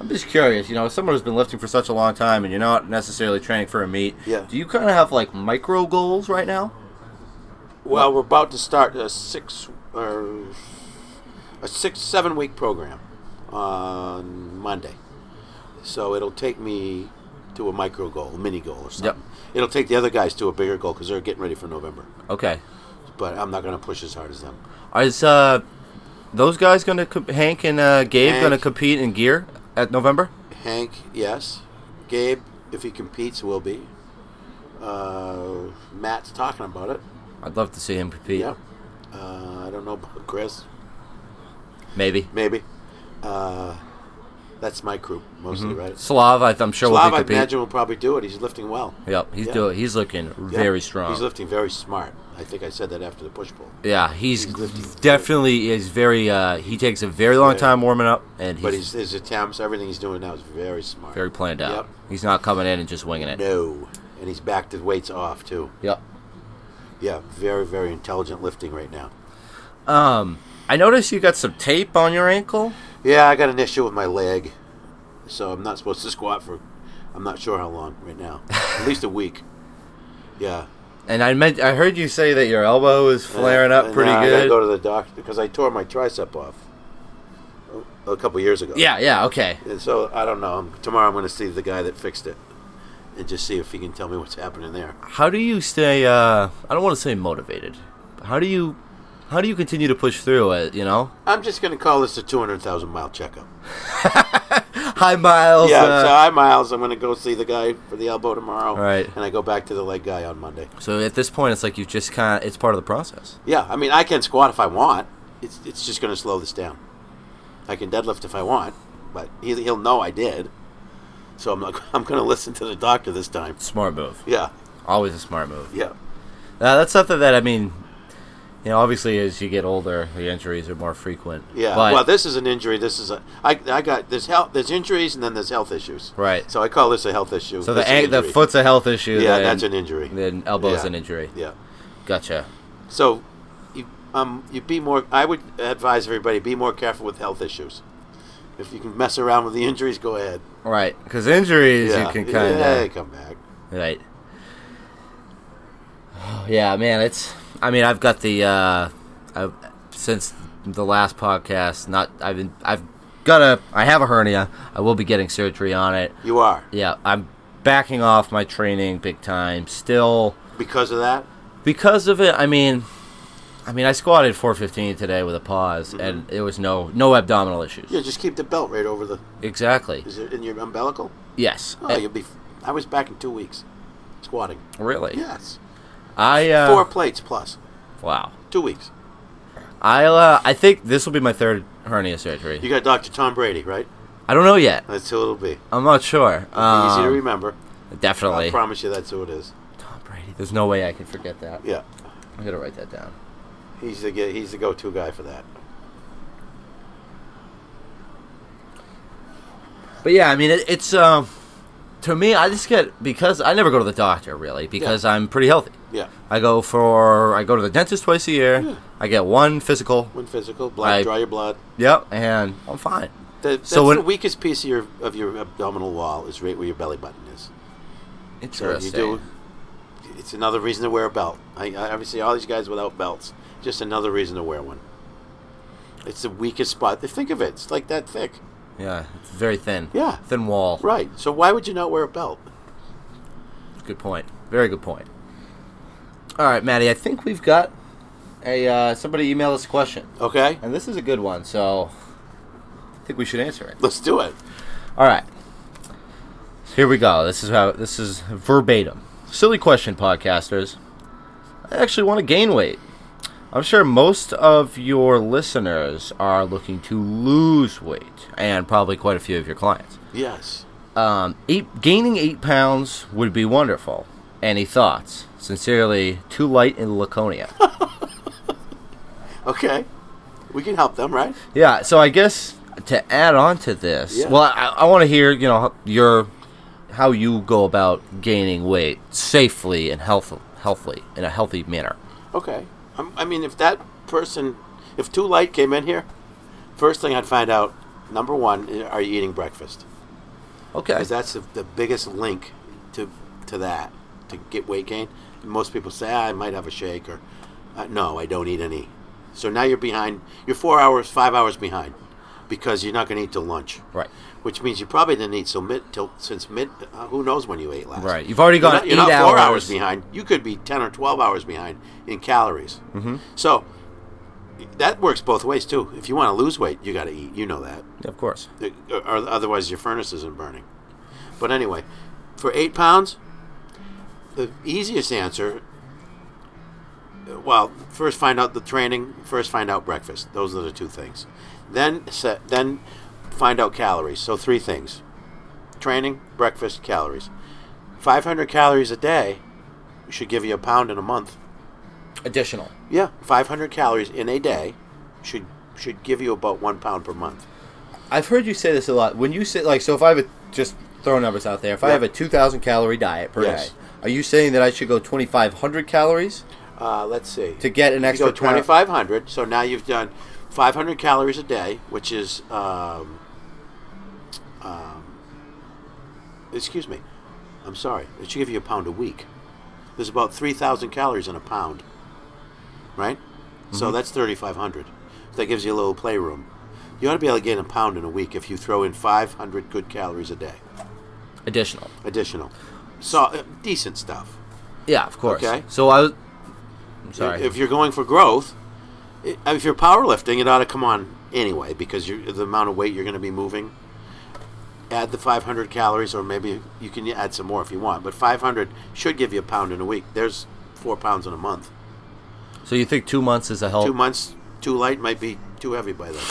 I'm just curious. You know, as someone who's been lifting for such a long time, and you're not necessarily training for a meet.
Yeah.
Do you kind of have like micro goals right now?
Well, we're about to start a six or a six seven week program on Monday, so it'll take me to a micro goal, a mini goal, or something. It'll take the other guys to a bigger goal because they're getting ready for November.
Okay.
But I'm not going to push as hard as them.
Is uh, those guys gonna co- Hank and uh, Gabe
Hank.
gonna compete in gear at November?
Hank, yes. Gabe, if he competes, will be. Uh, Matt's talking about it.
I'd love to see him compete.
Yeah. Uh, I don't know about Chris.
Maybe.
Maybe. Uh, that's my group mostly,
Mm-hmm.
right?
Slav, I, I'm sure
Slav,
will
I
compete.
imagine, will probably do it. He's lifting well.
Yep, he's
Yeah.
doing. He's looking
Yeah.
very strong.
He's lifting very smart. I think I said that after the push pull.
yeah, he's,
he's lifting.
definitely is very. Uh, he takes a very long
Yeah.
time warming up, and he's,
But his, his attempts, everything he's doing now is very smart.
very planned out.
Yep.
He's not coming in and just winging it.
No. And he's backed his weights off, too.
Yep.
Yeah, very, very intelligent lifting right now.
Um, I noticed you got some tape on your ankle.
Yeah, I got an issue with my leg, so I'm not supposed to squat for. I'm not sure how long right now. At least a week. Yeah.
And I meant I heard you say that your elbow is flaring
And
up pretty
now I gotta
good.
go to the doctor because I tore my tricep off a, a couple years ago.
yeah, yeah, okay.
And so I don't know. Tomorrow I'm going to see the guy that fixed it and just see if he can tell me what's happening there.
How do you stay? Uh, I don't want to say motivated. but How do you? How do you continue to push through it? You know,
I'm just going to call this a 200,000 mile checkup.
high miles.
Yeah,
uh,
so I miles. I'm going to go see the guy for the elbow tomorrow.
Right.
And I go back to the leg guy on Monday.
so at this point, it's like you've just kind of. It's part of the process.
Yeah, I mean, I can squat if I want. It's it's just going to slow this down. I can deadlift if I want, but he, he'll know I did. So I'm like, (laughs) I'm going to listen to the doctor this time.
Smart move.
Yeah,
Always a smart move.
yeah,
Uh, that's something that I mean, You know, obviously, as you get older, the injuries are more frequent.
Yeah.
But,
well, this is an injury. This is a I, I got there's health there's injuries and then there's health issues.
Right.
So I call this a health issue.
so the
It's an
an- the
injury.
foot's a health issue.
Yeah,
then,
that's an injury.
Then elbow's
Yeah.
an injury.
Yeah.
Gotcha.
So, you, um, you be more. I would advise everybody be more careful with health issues. If you can mess around with the injuries, go ahead.
Right, because injuries you can kind
yeah,
of
they come back.
Right. (sighs) Yeah, man, it's. I mean, I've got the. Uh, I've, since the last podcast, not I've been. I've got a. I have a hernia. I will be getting surgery on it.
You are
Yeah, I'm backing off my training big time. Still,
because of that.
because of it. I mean, I mean, I squatted 415 today with a pause, and there was no no abdominal issues.
Mm-hmm. Yeah, just keep the belt right over the.
Exactly.
Is it in your umbilical?
Yes.
Oh, you'll be. f- I was back in two weeks, squatting.
really.
Yes,
I uh,
four plates plus
wow.
two weeks.
I'll, uh, I think this will be my third hernia surgery.
You got Dr. Tom Brady, right?
I don't know yet.
That's who it'll be.
I'm not sure. Um,
Easy to remember. I
Definitely.
promise you, that's who it is.
Tom Brady. There's no way I can forget that.
Yeah,
I gotta write that down.
he's the ge- he's the go-to guy for that.
But yeah, I mean, it, it's um, to me, I just get because I never go to the doctor really because I'm pretty healthy.
Yeah,
I go for I go to the dentist twice a year.
Hmm.
I get one physical.
when physical, blood,
I-
draw your blood.
Yep, and I'm fine.
The, that's
So when-
the weakest piece of your of your abdominal wall is right where your belly button is. So if you
Interesting.
do. It's another reason to wear a belt. I, I obviously all these guys without belts. Just another reason to wear one. It's the weakest spot. Think of it. It's like that thick.
Yeah, it's very thin.
Yeah.
Thin wall.
Right. So why would you not wear a belt?
Good point. Very good point. All right, Maddie. I think we've got a uh, somebody emailed us a question,
Okay.
and this is a good one. So I think we should answer it.
Let's do it.
All right. Here we go. This is how this is verbatim. Silly question, podcasters. I actually want to gain weight. I'm sure most of your listeners are looking to lose weight, and probably quite a few of your clients.
Yes.
Um, eight, gaining eight pounds would be wonderful. Any thoughts? Sincerely, too light in Laconia.
Okay. We can help them, right?
yeah. So I guess to add on to this,
Yeah.
well, I, I want to hear you know your how you go about gaining weight safely and health, healthily in a healthy manner.
Okay. i I mean, if that person, if Too Light came in here, first thing I'd find out, number one, i- are you eating breakfast?
Okay.
Because that's the, the biggest link to to that to get weight gain. Most people say ah, I might have a shake or uh, no, I don't eat any. So now you're behind. You're four hours, five hours behind because you're not going to eat till lunch.
right.
Which means you probably didn't eat so mid till since mid. Uh, who knows when you ate last?
Right. You've already
You're
gone
not, you're
eight
not four
hours.
hours behind. You could be ten or twelve hours behind in calories. Mm-hmm. So that works both ways too. If you want to lose weight, you got to eat. You know that
Of course.
or or otherwise your furnace isn't burning. But anyway, for eight pounds, the easiest answer. Well, first find out the training. First find out breakfast. Those are the two things. Then set. Then find out calories. So three things: training, breakfast, calories. Five hundred calories a day should give you a pound in a month.
Additional.
Yeah, five hundred calories in a day should should give you about one pound per month.
I've heard you say this a lot. When you say like, so if I have a just throw numbers out there, if I
Yeah.
have a two thousand calorie diet per
Yes.
day, are you saying that I should go twenty five hundred calories
Uh, let's see.
to get an
you go
extra
twenty
pound-
five hundred. So now you've done five hundred calories a day, which is, um, um, excuse me, I'm sorry. It should give you a pound a week. There's about three thousand calories in a pound, right? So
Mm-hmm.
that's thirty five hundred. That gives you a little playroom. You ought to be able to gain a pound in a week if you throw in five hundred good calories a day,
additional?
additional, so uh, decent stuff.
Yeah, of course.
Okay.
So I was. I'm sorry.
If you're going for growth, i- uh, if you're powerlifting, it ought to come on anyway because you the amount of weight you're going to be moving. Add the 500 calories, or maybe you can add some more if you want. But 500 should give you a pound in a week. There's four pounds in a month.
so you think two months is a help?
Two months too light might be too heavy
(laughs)
by then.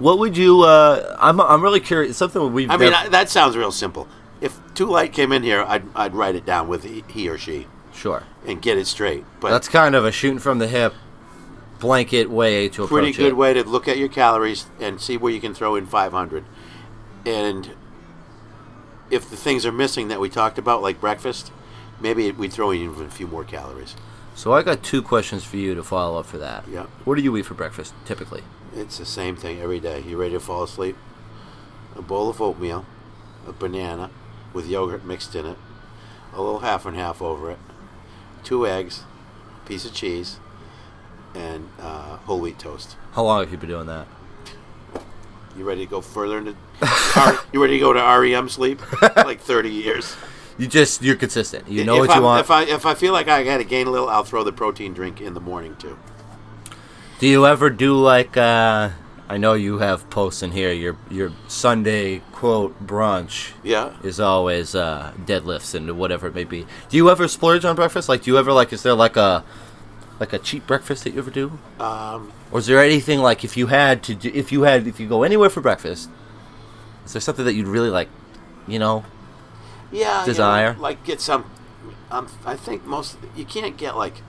What would you? Uh, I'm I'm really curious. Something we've.
I mean,
never-
I, that sounds real simple. If too light came in here, I'd, I'd write it down with he, he or she.
Sure.
and get it straight. But
That's kind of a shooting from the hip blanket way to approach
pretty good
it.
way to look at your calories and see where you can throw in 500. And if the things are missing that we talked about, like breakfast, maybe we throw in even a few more calories.
So I got two questions for you to follow up for that.
Yeah.
What do you eat for breakfast typically?
It's the same thing every day. You ready to fall asleep? A bowl of oatmeal, a banana with yogurt mixed in it, a little half and half over it, two eggs, a piece of cheese, and uh, whole wheat toast.
How long have you been doing that?
You ready to go further into? (laughs) R- you ready to go to
(laughs)
REM sleep? like thirty years.
You just you're consistent. You know
if
what
I'm,
you want.
If I if I feel like I got to gain a little, I'll throw the protein drink in the morning too.
Do you ever do like uh I know you have posts in here, your your Sunday quote brunch
Yeah.
is always uh deadlifts and whatever it may be. Do you ever splurge on breakfast? Like do you ever like is there like a like a cheap breakfast that you ever do?
Um,
Or is there anything like if you had to do if you had if you go anywhere for breakfast, is there something that you'd really like you know?
yeah. you know,
Desire?
like get some. Um, I think most you can't get like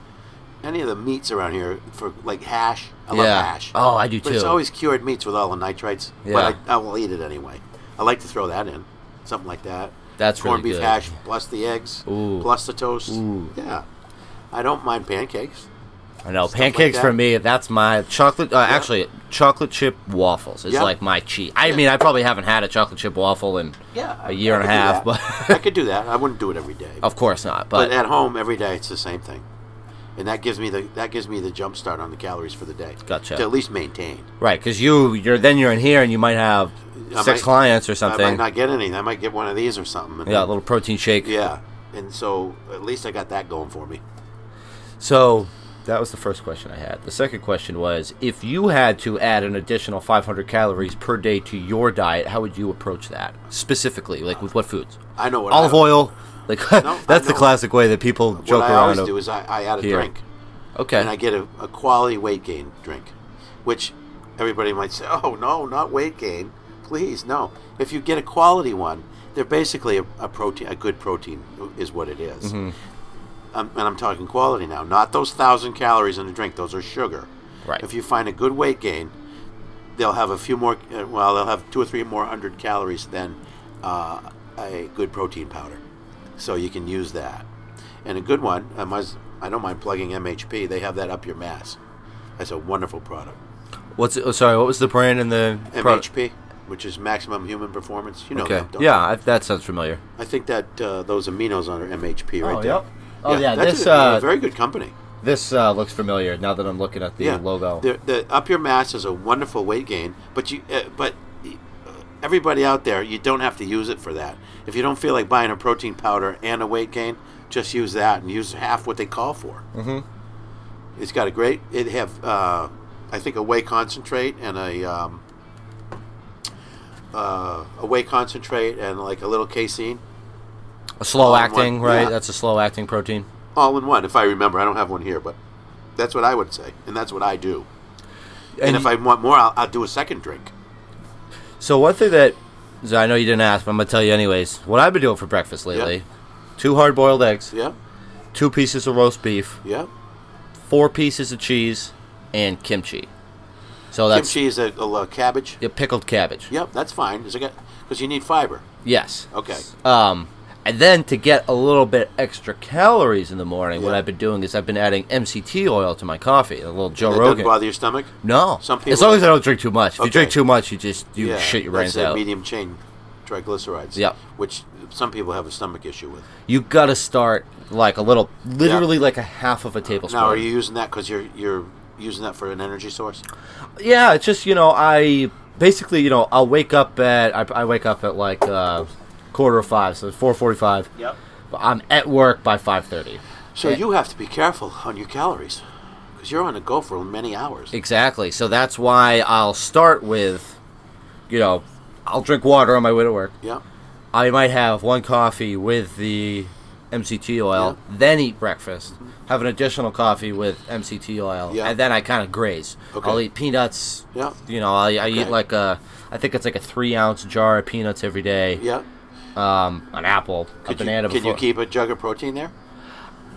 any of the meats around here for like hash. I
Yeah.
love hash.
Oh, I do
But it's
too.
always cured meats with all the nitrites.
Yeah.
But I, I will eat it anyway. I like to throw that in, something like that.
That's
corned
really
beef
good.
hash plus the eggs
Ooh.
plus the toast.
Ooh.
Yeah. I don't mind pancakes.
I know
like
pancakes for
that.
me. That's my chocolate. Uh, Actually, chocolate chip waffles is
Yeah.
like my cheat. I mean, I probably haven't had a chocolate chip waffle in
Yeah,
a year and a half, but (laughs)
I could do that. I wouldn't do it every day.
of course not.
but
But
at home every day it's the same thing. And that gives me the that gives me the jump start on the calories for the day.
Gotcha.
To at least maintain.
right, because you you're then you're in here and you might have
I
six
might-
clients or
I
something.
might not get any. I might get one of these or something. and
yeah, a
then-
little protein shake.
Yeah. And so at least I got that going for me.
So that was the first question I had. The second question was if you had to add an additional 500 calories per day to your diet, how would you approach that specifically? Like with what foods?
I know what
Olive
I,
oil. Like
Uh,
(laughs)
I
that's the
know.
classic way that people joke
What I
around.
always
of-
do is I, I add a
here.
drink.
okay.
and I get a, a quality weight gain drink, which everybody might say, "Oh no, not weight gain, please no." If you get a quality one, they're basically a, a protein, a good protein is what it
Mm-hmm.
is. Um, and I'm talking quality now, not those thousand calories in a drink; those are sugar.
Right.
If you find a good weight gain, they'll have a few more. uh, Well, they'll have two or three more hundred calories than uh, a good protein powder. So you can use that. And a good one, I, might, I don't mind plugging MHP. They have that up your mass. That's a wonderful product.
What's oh, sorry? What was the brand and the pro-
MHP, which is maximum human performance. You know
Okay.
them, don't
Yeah, I, that sounds familiar.
you? I think that uh, those aminos under MHP right
Oh,
there.
yep. Oh, yeah,
that's
this,
a,
uh,
a very good company.
This uh, looks familiar now that I'm looking at the logo.
The, the up your mass is a wonderful weight gain, but you uh, but uh, everybody out there, you don't have to use it for that. If you don't feel like buying a protein powder and a weight gain, just use that and use half what they call for. Mm-hmm. It's got a great. It have uh, I think a whey concentrate and a. Um, uh, a whey concentrate and like a little casein,
a slow
one,
acting, right?
Oh, yeah.
That's a slow acting protein.
all in one. If I remember, I don't have one here, but that's what I would say, and that's what I do. And, if I want more, I'll, I'll do a second drink.
so one thing that so I know you didn't ask, but I'm gonna tell you anyways. What I've been doing for breakfast lately: two hard-boiled eggs,
Yeah,
two pieces of roast beef,
yeah.
four pieces of cheese, and kimchi. So that's
Kimchi is a, a, lo- cabbage.
yeah, pickled cabbage.
Yep, that's fine. Because you need fiber.
Yes.
Okay.
Um, and then to get a little bit extra calories in the morning, what
Yeah.
I've been doing is I've been adding MCT oil to my coffee. A little Joe
That
Oh, Rogan.
doesn't bother your stomach.
no,
Some
as
people-
long as I don't drink too much. If you drink
Okay.
too much, you just you shit your
that's
brains
that
out.
medium chain triglycerides.
Yep.
Which some people have a stomach issue with.
You gotta start like a little, literally like a half of a tablespoon.
Now, are you using that because you're you're using that for an energy source?
yeah, it's just you know I basically you know I'll wake up at I, I wake up at like uh, quarter of five, so four forty-five.
Yep.
But I'm at work by five thirty.
So you have to be careful on your calories because you're on the go for many hours.
Exactly. So that's why I'll start with, you know, I'll drink water on my way to work.
yeah.
I might have one coffee with the MCT oil, then eat breakfast, have an additional coffee with MCT oil,
Yeah.
and then I kind of graze.
Okay.
I'll eat peanuts.
Yeah.
You know, I, I eat
Okay.
like a, I think it's like a three ounce jar of peanuts every day.
Yeah.
Um, an apple,
Could
a banana.
you, can you
before.
keep a jug of protein there?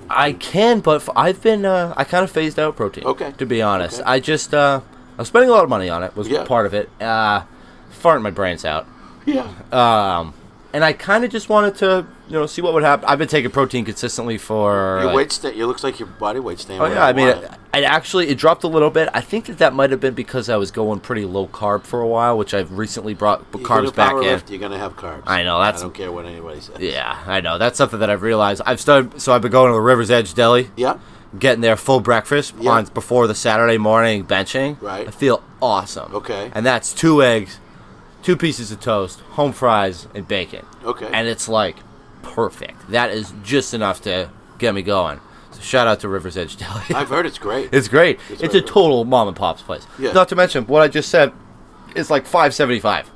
I can, but f- I've been uh, I kind of phased out protein.
Okay.
To be honest,
Okay.
I just uh, I was spending a lot of money on it. Was
Yeah.
part of it. Uh, farting my brains out.
Yeah.
Um, and I kind of just wanted to you know see what would happen. I've been taking protein consistently for
your
like-
weight stay. It looks like your body weight staying.
Oh
where
yeah, I mean,
want it.
I, I actually it dropped a little bit. I think that that might have been because I was going pretty low carb for a while, which I've recently brought
You
carbs
do
back
power
in.
lift, You're gonna have carbs.
I know, that's-
I don't care what anybody says.
Yeah, I know. That's something that I've realized. I've started, so I've been going to the River's Edge Deli,
Yeah.
getting their full breakfast
Yeah.
on before the Saturday morning benching.
Right.
I feel awesome.
Okay.
And that's two eggs, two pieces of toast, home fries, and bacon.
Okay.
And it's like perfect. That is just enough to get me going. So shout out to River's Edge Deli.
(laughs) I've heard it's great.
(laughs) It's great. It's,
It's
a
very good.
total mom and pop's place.
Yeah.
Not to mention what I just said is like five seventy five.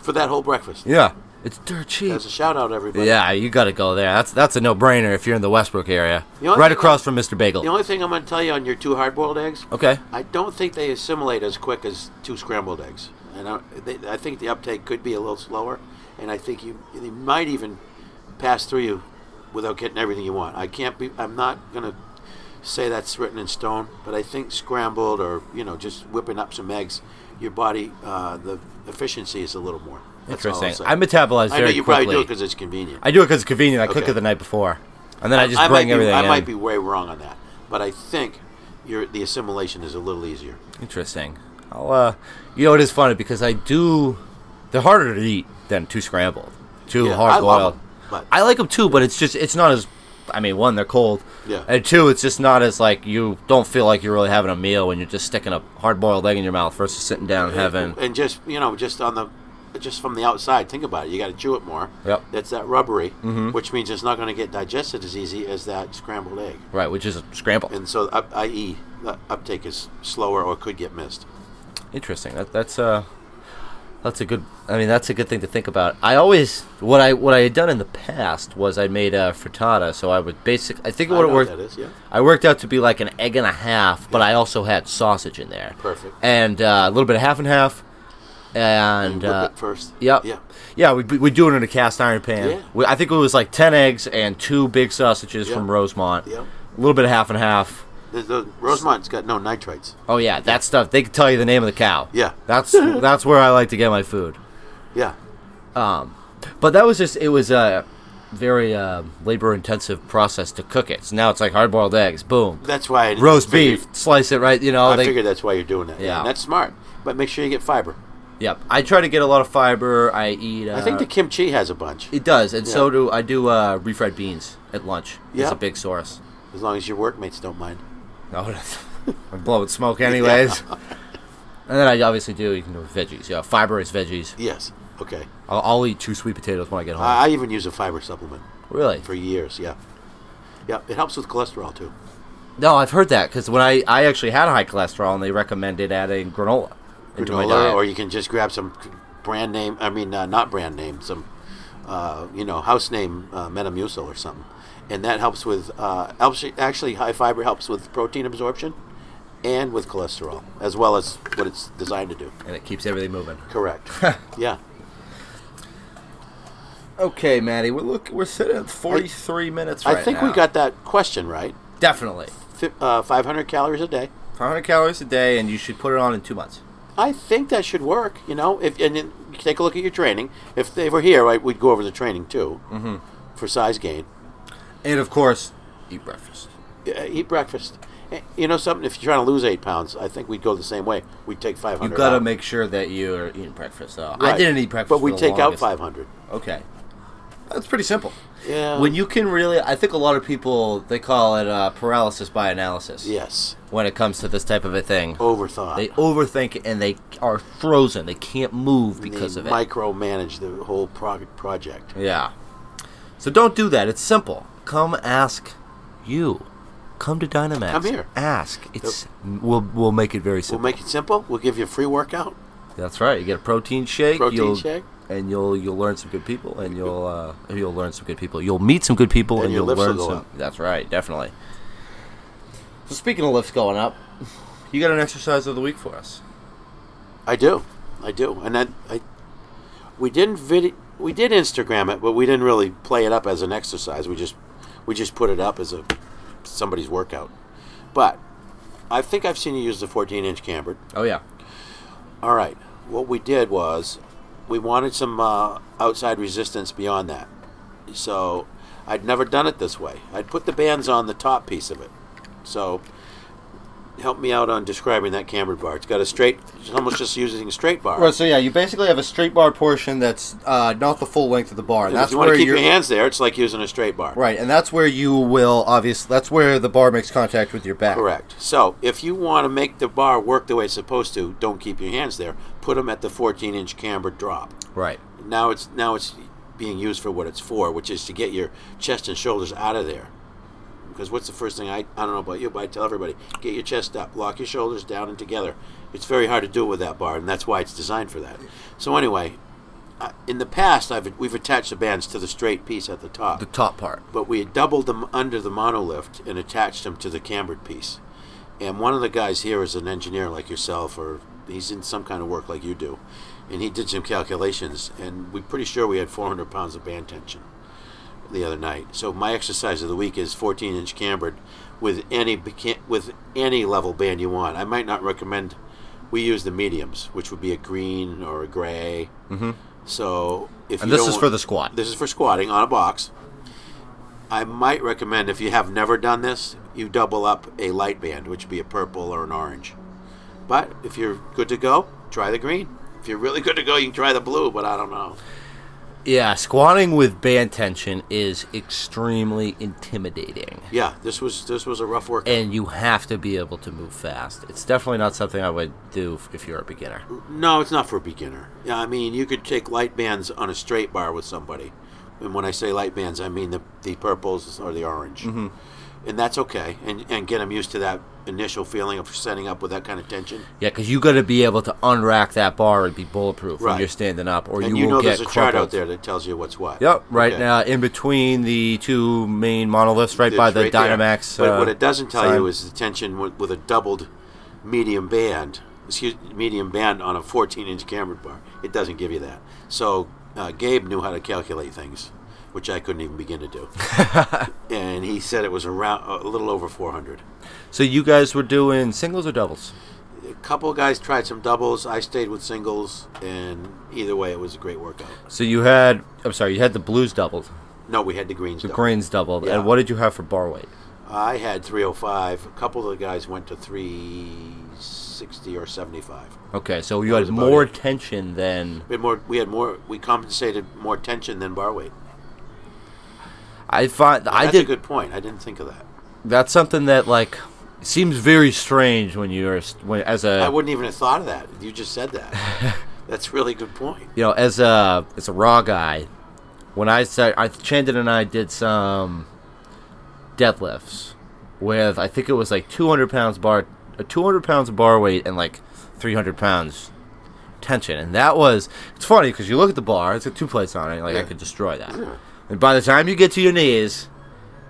for that whole breakfast.
Yeah. It's dirt cheap.
As a shout out, everybody.
Yeah, you gotta go there. That's that's a no brainer if you're in the Westbrook area.
The only
Right
thing-
across from Mr. Bagel.
The only thing I'm going to tell you on your two hard-boiled eggs,
okay.
I don't think they assimilate as quick as two scrambled eggs, and I, they, I think the uptake could be a little slower, and I think you they might even pass through you without getting everything you want. I can't be. I'm not going to say that's written in stone, but I think scrambled or you know just whipping up some eggs, your body uh, the efficiency is a little more. That's all I'll
Interesting.
say.
I metabolize
I know
very
you
quickly.
probably do it because it's convenient.
I do it because it's convenient. I cook
Okay.
it the night before, and then I, just
might
bring
be,
everything
I
in.
might be way wrong on that, but I think your the assimilation is a little easier.
Interesting. I'll, uh, you know, it is funny because I do. They're harder to eat than two scrambled, two
Yeah,
hard
I love
boiled.
'em, but-
I like them too, but it's just it's not as. I mean, one, they're cold.
Yeah.
And two, it's just not as like you don't feel like you're really having a meal when you're just sticking a hard boiled egg in your mouth versus sitting down and having.
And just you know, just on the, just from the outside, think about it. You got to chew it more.
Yep. Mm-hmm.
That's that rubbery, which means it's not going to get digested as easy as that scrambled egg.
Right, which is a scramble.
And so, up, i.e., the uptake is slower or could get missed.
Interesting. That, that's uh that's a good. I mean, that's a good thing to think about. I always what I what I had done in the past was I made a frittata, so I would basic. I think
I
what
know
it worked.
that is, yeah.
I worked out to be like an egg and a half, but I also had sausage in there.
Perfect.
And uh, a little bit of half and half, and
Whip
uh,
it first.
Yep.
Yeah.
Yeah, we we do it in a cast iron pan.
Yeah.
We, I think it was like ten eggs and two big sausages
Yeah.
from Rosemont.
Yeah.
A little bit of half and half.
The, the Rosemont's got no nitrites.
Oh yeah, that stuff. They could tell you the name of the cow.
Yeah. (laughs)
That's that's where I like to get my food.
Yeah.
But that was just it was a very uh, labor intensive process to cook it. So now it's like hard boiled eggs. Boom.
That's why I
Roast
figured-
beef, slice it right. You know,
I
they,
figured that's why you're doing that.
Yeah.
And that's smart. But make sure you get fiber.
Yep. I try to get a lot of fiber. I eat. Uh,
I think the kimchi has a bunch,
it does, and
Yeah.
so do I. Do uh, refried beans at lunch. It's
Yeah.
a big
(laughs)
source. Oh,
as long as your workmates don't mind.
No, I'm blowing smoke anyways. (laughs) And then I obviously do. You can do veggies. Yeah, fiber is veggies.
Yes. Okay.
I'll, I'll eat two sweet potatoes when I get home.
I I even use a fiber supplement
really?
Uh, for years. Yeah, yeah. It helps with cholesterol too.
No, I've heard that because when I I actually had high cholesterol, and they recommended adding granola oh, into my
Granola,
diet.
or you can just grab some brand name. I mean, uh, not brand name. Some, uh, you know, house name uh, Metamucil or something, and that helps with. Uh, helps you- actually, high fiber helps with protein absorption, and with cholesterol, as well as what it's designed to do.
and it keeps everything moving. (laughs)
Correct. yeah.
Okay, Maddie, we're look we're sitting at 43 minutes right
I think we
now.
got that question right.
definitely
Fi uh, 500 calories a day.
500 calories a day, and you should put it on in two months.
I think that should work. You know, if and then you take a look at your training. If they were here, right, we'd go over the training too mm-hmm. for size gain.
And of course, eat breakfast.
Uh, eat breakfast. Eh, You know something? If you're trying to lose eight pounds, I think we'd go the same way. We'd take five
You
hundred.
gotta make sure that you're eating breakfast though. I
Right.
didn't eat breakfast,
but
for
we
the
take out
longest-
five hundred.
Okay, that's pretty simple.
Yeah.
When you can really, I think a lot of people they call it uh, paralysis by analysis.
yes,
When it comes to this type of a thing,
overthought.
they overthink it and they are frozen. They can't move because
they
of it.
micromanage the whole prog- project.
Yeah. So don't do that. It's simple. Come ask you. Come to Dynamax.
Come here.
Ask. It's we'll we'll make it very
We'll
simple.
make it simple. We'll give you a free workout.
That's right. You get a protein shake.
Protein
you'll,
shake.
And you'll you'll learn some good people, and you'll uh, you'll learn some good people. You'll meet some good people, and,
And your
you'll
lifts will
learn
go
some.
up.
That's right, definitely. So speaking of lifts going up, you got an exercise of the week for us.
I do, I do, and that I, we didn't vid- we did Instagram it, but we didn't really play it up as an exercise. We just We just put it up as a somebody's workout. But I think I've seen you use the 14 inch cambered.
Oh yeah.
All right. What we did was we wanted some uh, outside resistance beyond that. So I'd never done it this way. I'd put the bands on the top piece of it. So help me out on describing that cambered bar. It's got a straight, it's almost just using a straight bar.
Right, so yeah, you basically have a straight bar portion that's uh, not the full length of the bar.
And
that's
if you want
where
to keep
you're-
your hands there, it's like using a straight bar.
Right, and that's where you will obviously. That's where the bar makes contact with your back.
Correct. So if you want to make the bar work the way it's supposed to, don't keep your hands there. Put them at the 14 inch camber drop.
Right.
Now it's now it's being used for what it's for, which is to get your chest and shoulders out of there. Because what's the first thing I I don't know about you, but I tell everybody get your chest up, lock your shoulders down and together. It's very hard to do with that bar, and that's why it's designed for that. So anyway, uh, in the past, I've we've attached the bands to the straight piece at the top
The top part.
but we had doubled them under the monolift and attached them to the cambered piece. And one of the guys here is an engineer like yourself, or he's in some kind of work like you do, and he did some calculations, and we're pretty sure we had 400 pounds of band tension the other night. So my exercise of the week is 14 inch cambered with any beca- with any level band you want. I might not recommend we use the mediums, which would be a green or a gray. Mm-hmm. So if
And
you
this
don't
is
want-
for the squat.
This is for squatting on a box. I might recommend if you have never done this, you double up a light band, which would be a purple or an orange. But if you're good to go, try the green. If you're really good to go, you can try the blue. But I don't know.
Yeah, squatting with band tension is extremely intimidating,
Yeah, this was this was a rough workout.
and you have to be able to move fast. It's definitely not something I would do f- if you're a beginner.
No, it's not for a beginner. Yeah, I mean, you could take light bands on a straight bar with somebody. And when I say light bands, I mean the, the purples or the orange. Mm-hmm. And that's okay. And, and get them used to that initial feeling of setting up with that kind of tension.
Yeah, because you got to be able to unrack that bar and be bulletproof when
Right.
you're standing up, or
And
you,
you,
will
know
get
there's a chart out
crumpled.
there that tells you what's what.
Yep, right
Okay.
now in between the two main monoliths, right
It's
by the
right there.
Dynamax.
But
uh,
what it doesn't tell
sign.
you is the tension with, with a doubled medium band, excuse medium band on a 14-inch cambered bar. It doesn't give you that. So uh, Gabe knew how to calculate things, which I couldn't even begin
(laughs)
to do. and he said it was around a little over 400.
So you guys were doing singles or doubles?
A couple of guys tried some doubles. I stayed with singles, and either way, it was a great workout.
So you had, I'm sorry, you had the blues doubled,
No, we had the greens.
the
double.
greens doubled,
Yeah.
and what did you have for bar weight?
I had 305. A couple of the guys went to 360 or 75.
Okay, so you
That
had
was about
more
it.
tension than
We had more. We had more. We compensated more tension than bar weight.
I find. I
That's a
did.
good point. I didn't think of that.
that's something that like seems very strange when you're st- when, as
I
a
wouldn't even have thought of that. You just
(laughs)
said that. That's a really good point.
you know as a as a raw guy. When I said I Chandon and I did some deadlifts with I think it was like 200 pounds bar, uh, 200 pounds of bar weight and like 300 pounds tension, and that was it's funny because you look at the bar, it's got two plates on it, like I
Yeah.
could destroy that. And by the time you get to your knees,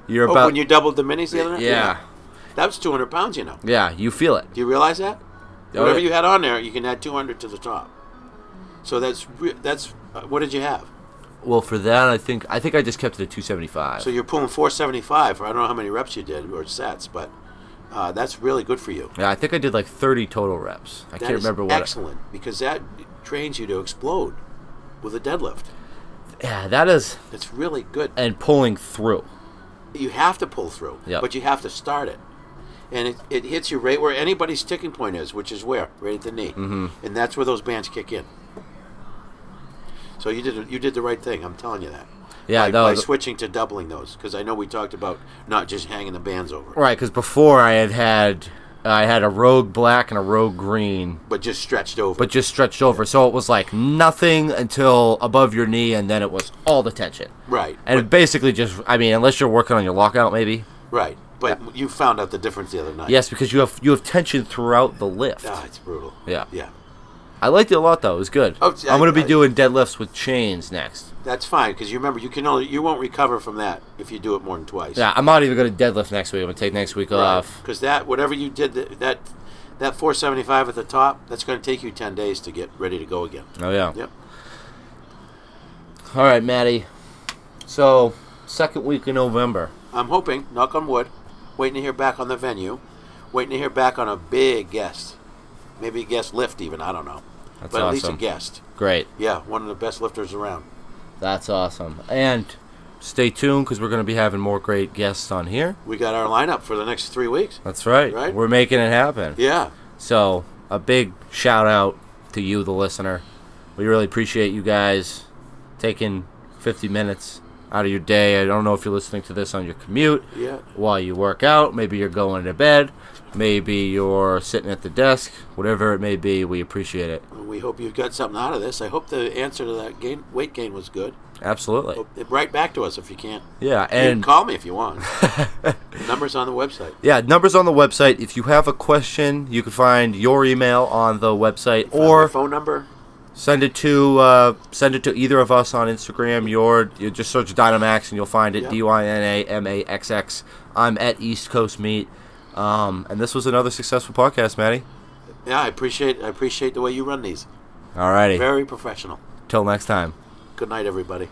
you're
Oh,
about
when you doubled the minis the other night.
yeah
that was 200 pounds. You know.
yeah you feel it.
Do you realize that?
Oh,
Whatever
yeah.
you had on there, you can add 200 to the top. So that's re- that's uh, what did you have?
Well, for that, I think I think I just kept it at 275.
So you're pulling 475 or I don't know how many reps you did or sets, but uh, that's really good for you.
yeah, I think I did like 30 total reps. I
That
can't
is
remember what. I-
Excellent, because that trains you to explode with a deadlift.
yeah, that is
It's really good.
and pulling through.
you have to pull through,
Yep.
but you have to start it. And it, it hits you right where anybody's sticking point is, which is where? Right at the knee. Mm-hmm. And that's where those bands kick in. So you did you did the right thing. I'm telling you that.
Yeah,
by,
no,
by
the-
switching to doubling those because I know we talked about not just hanging the bands over,
Right, because before I had had I had a rogue black and a rogue green,
but just stretched over.
but just stretched over, so it was like nothing until above your knee, and then it was all the tension.
right,
And it basically just, I mean, unless you're working on your lockout, maybe.
but, right. But you found out the difference the other night.
Yes, because you have you have tension throughout the lift.
Ah, it's brutal.
Yeah.
Yeah.
I liked it a lot though; it was good.
Oh, I-
I'm gonna be
I-
doing deadlifts with chains next.
That's fine because you remember you can only you won't recover from that if you do it more than twice.
Yeah, I'm not even gonna deadlift next week. I'm gonna take next week off.
Because that whatever you did th- that that 475 at the top, that's going to take you 10 days to get ready to go again.
Oh yeah.
Yep.
All right, Maddie. So second week in November.
I'm hoping, knock on wood, waiting to hear back on the venue, waiting to hear back on a big guest, maybe a guest lift even. I don't know,
That's
but at least a
awesome.
guest.
Great.
Yeah, one of the best lifters around.
That's awesome. And stay tuned because we're going to be having more great guests on here.
We got our lineup for the next three weeks.
That's right.
Right?
We're making it happen.
Yeah,
So, a big shout out to you, the listener. We really appreciate you guys taking 50 minutes out of your day. I don't know if you're listening to this on your commute,
yeah.
while you work out, maybe you're going to bed, maybe you're sitting at the desk, whatever it may be, we appreciate it.
We hope you got something out of this. I hope the answer to that gain, weight gain was good.
Absolutely.
Hope- Write back to us if you can't.
Yeah,
You can
and
call me if you
(laughs)
want. Numbers on the website.
yeah, numbers on the website. If you have a question, you can find your email on the website
My
or
phone number.
send it to uh, send it to either of us on Instagram. Your you just search Dynamax and you'll find it.
Yeah.
D Y N A M A X X. I'm at East Coast Meet. Um, and this was another successful podcast, Maddie.
Yeah, I appreciate I appreciate the way you run these.
Alrighty.
Very professional.
Till next time.
Good night, everybody.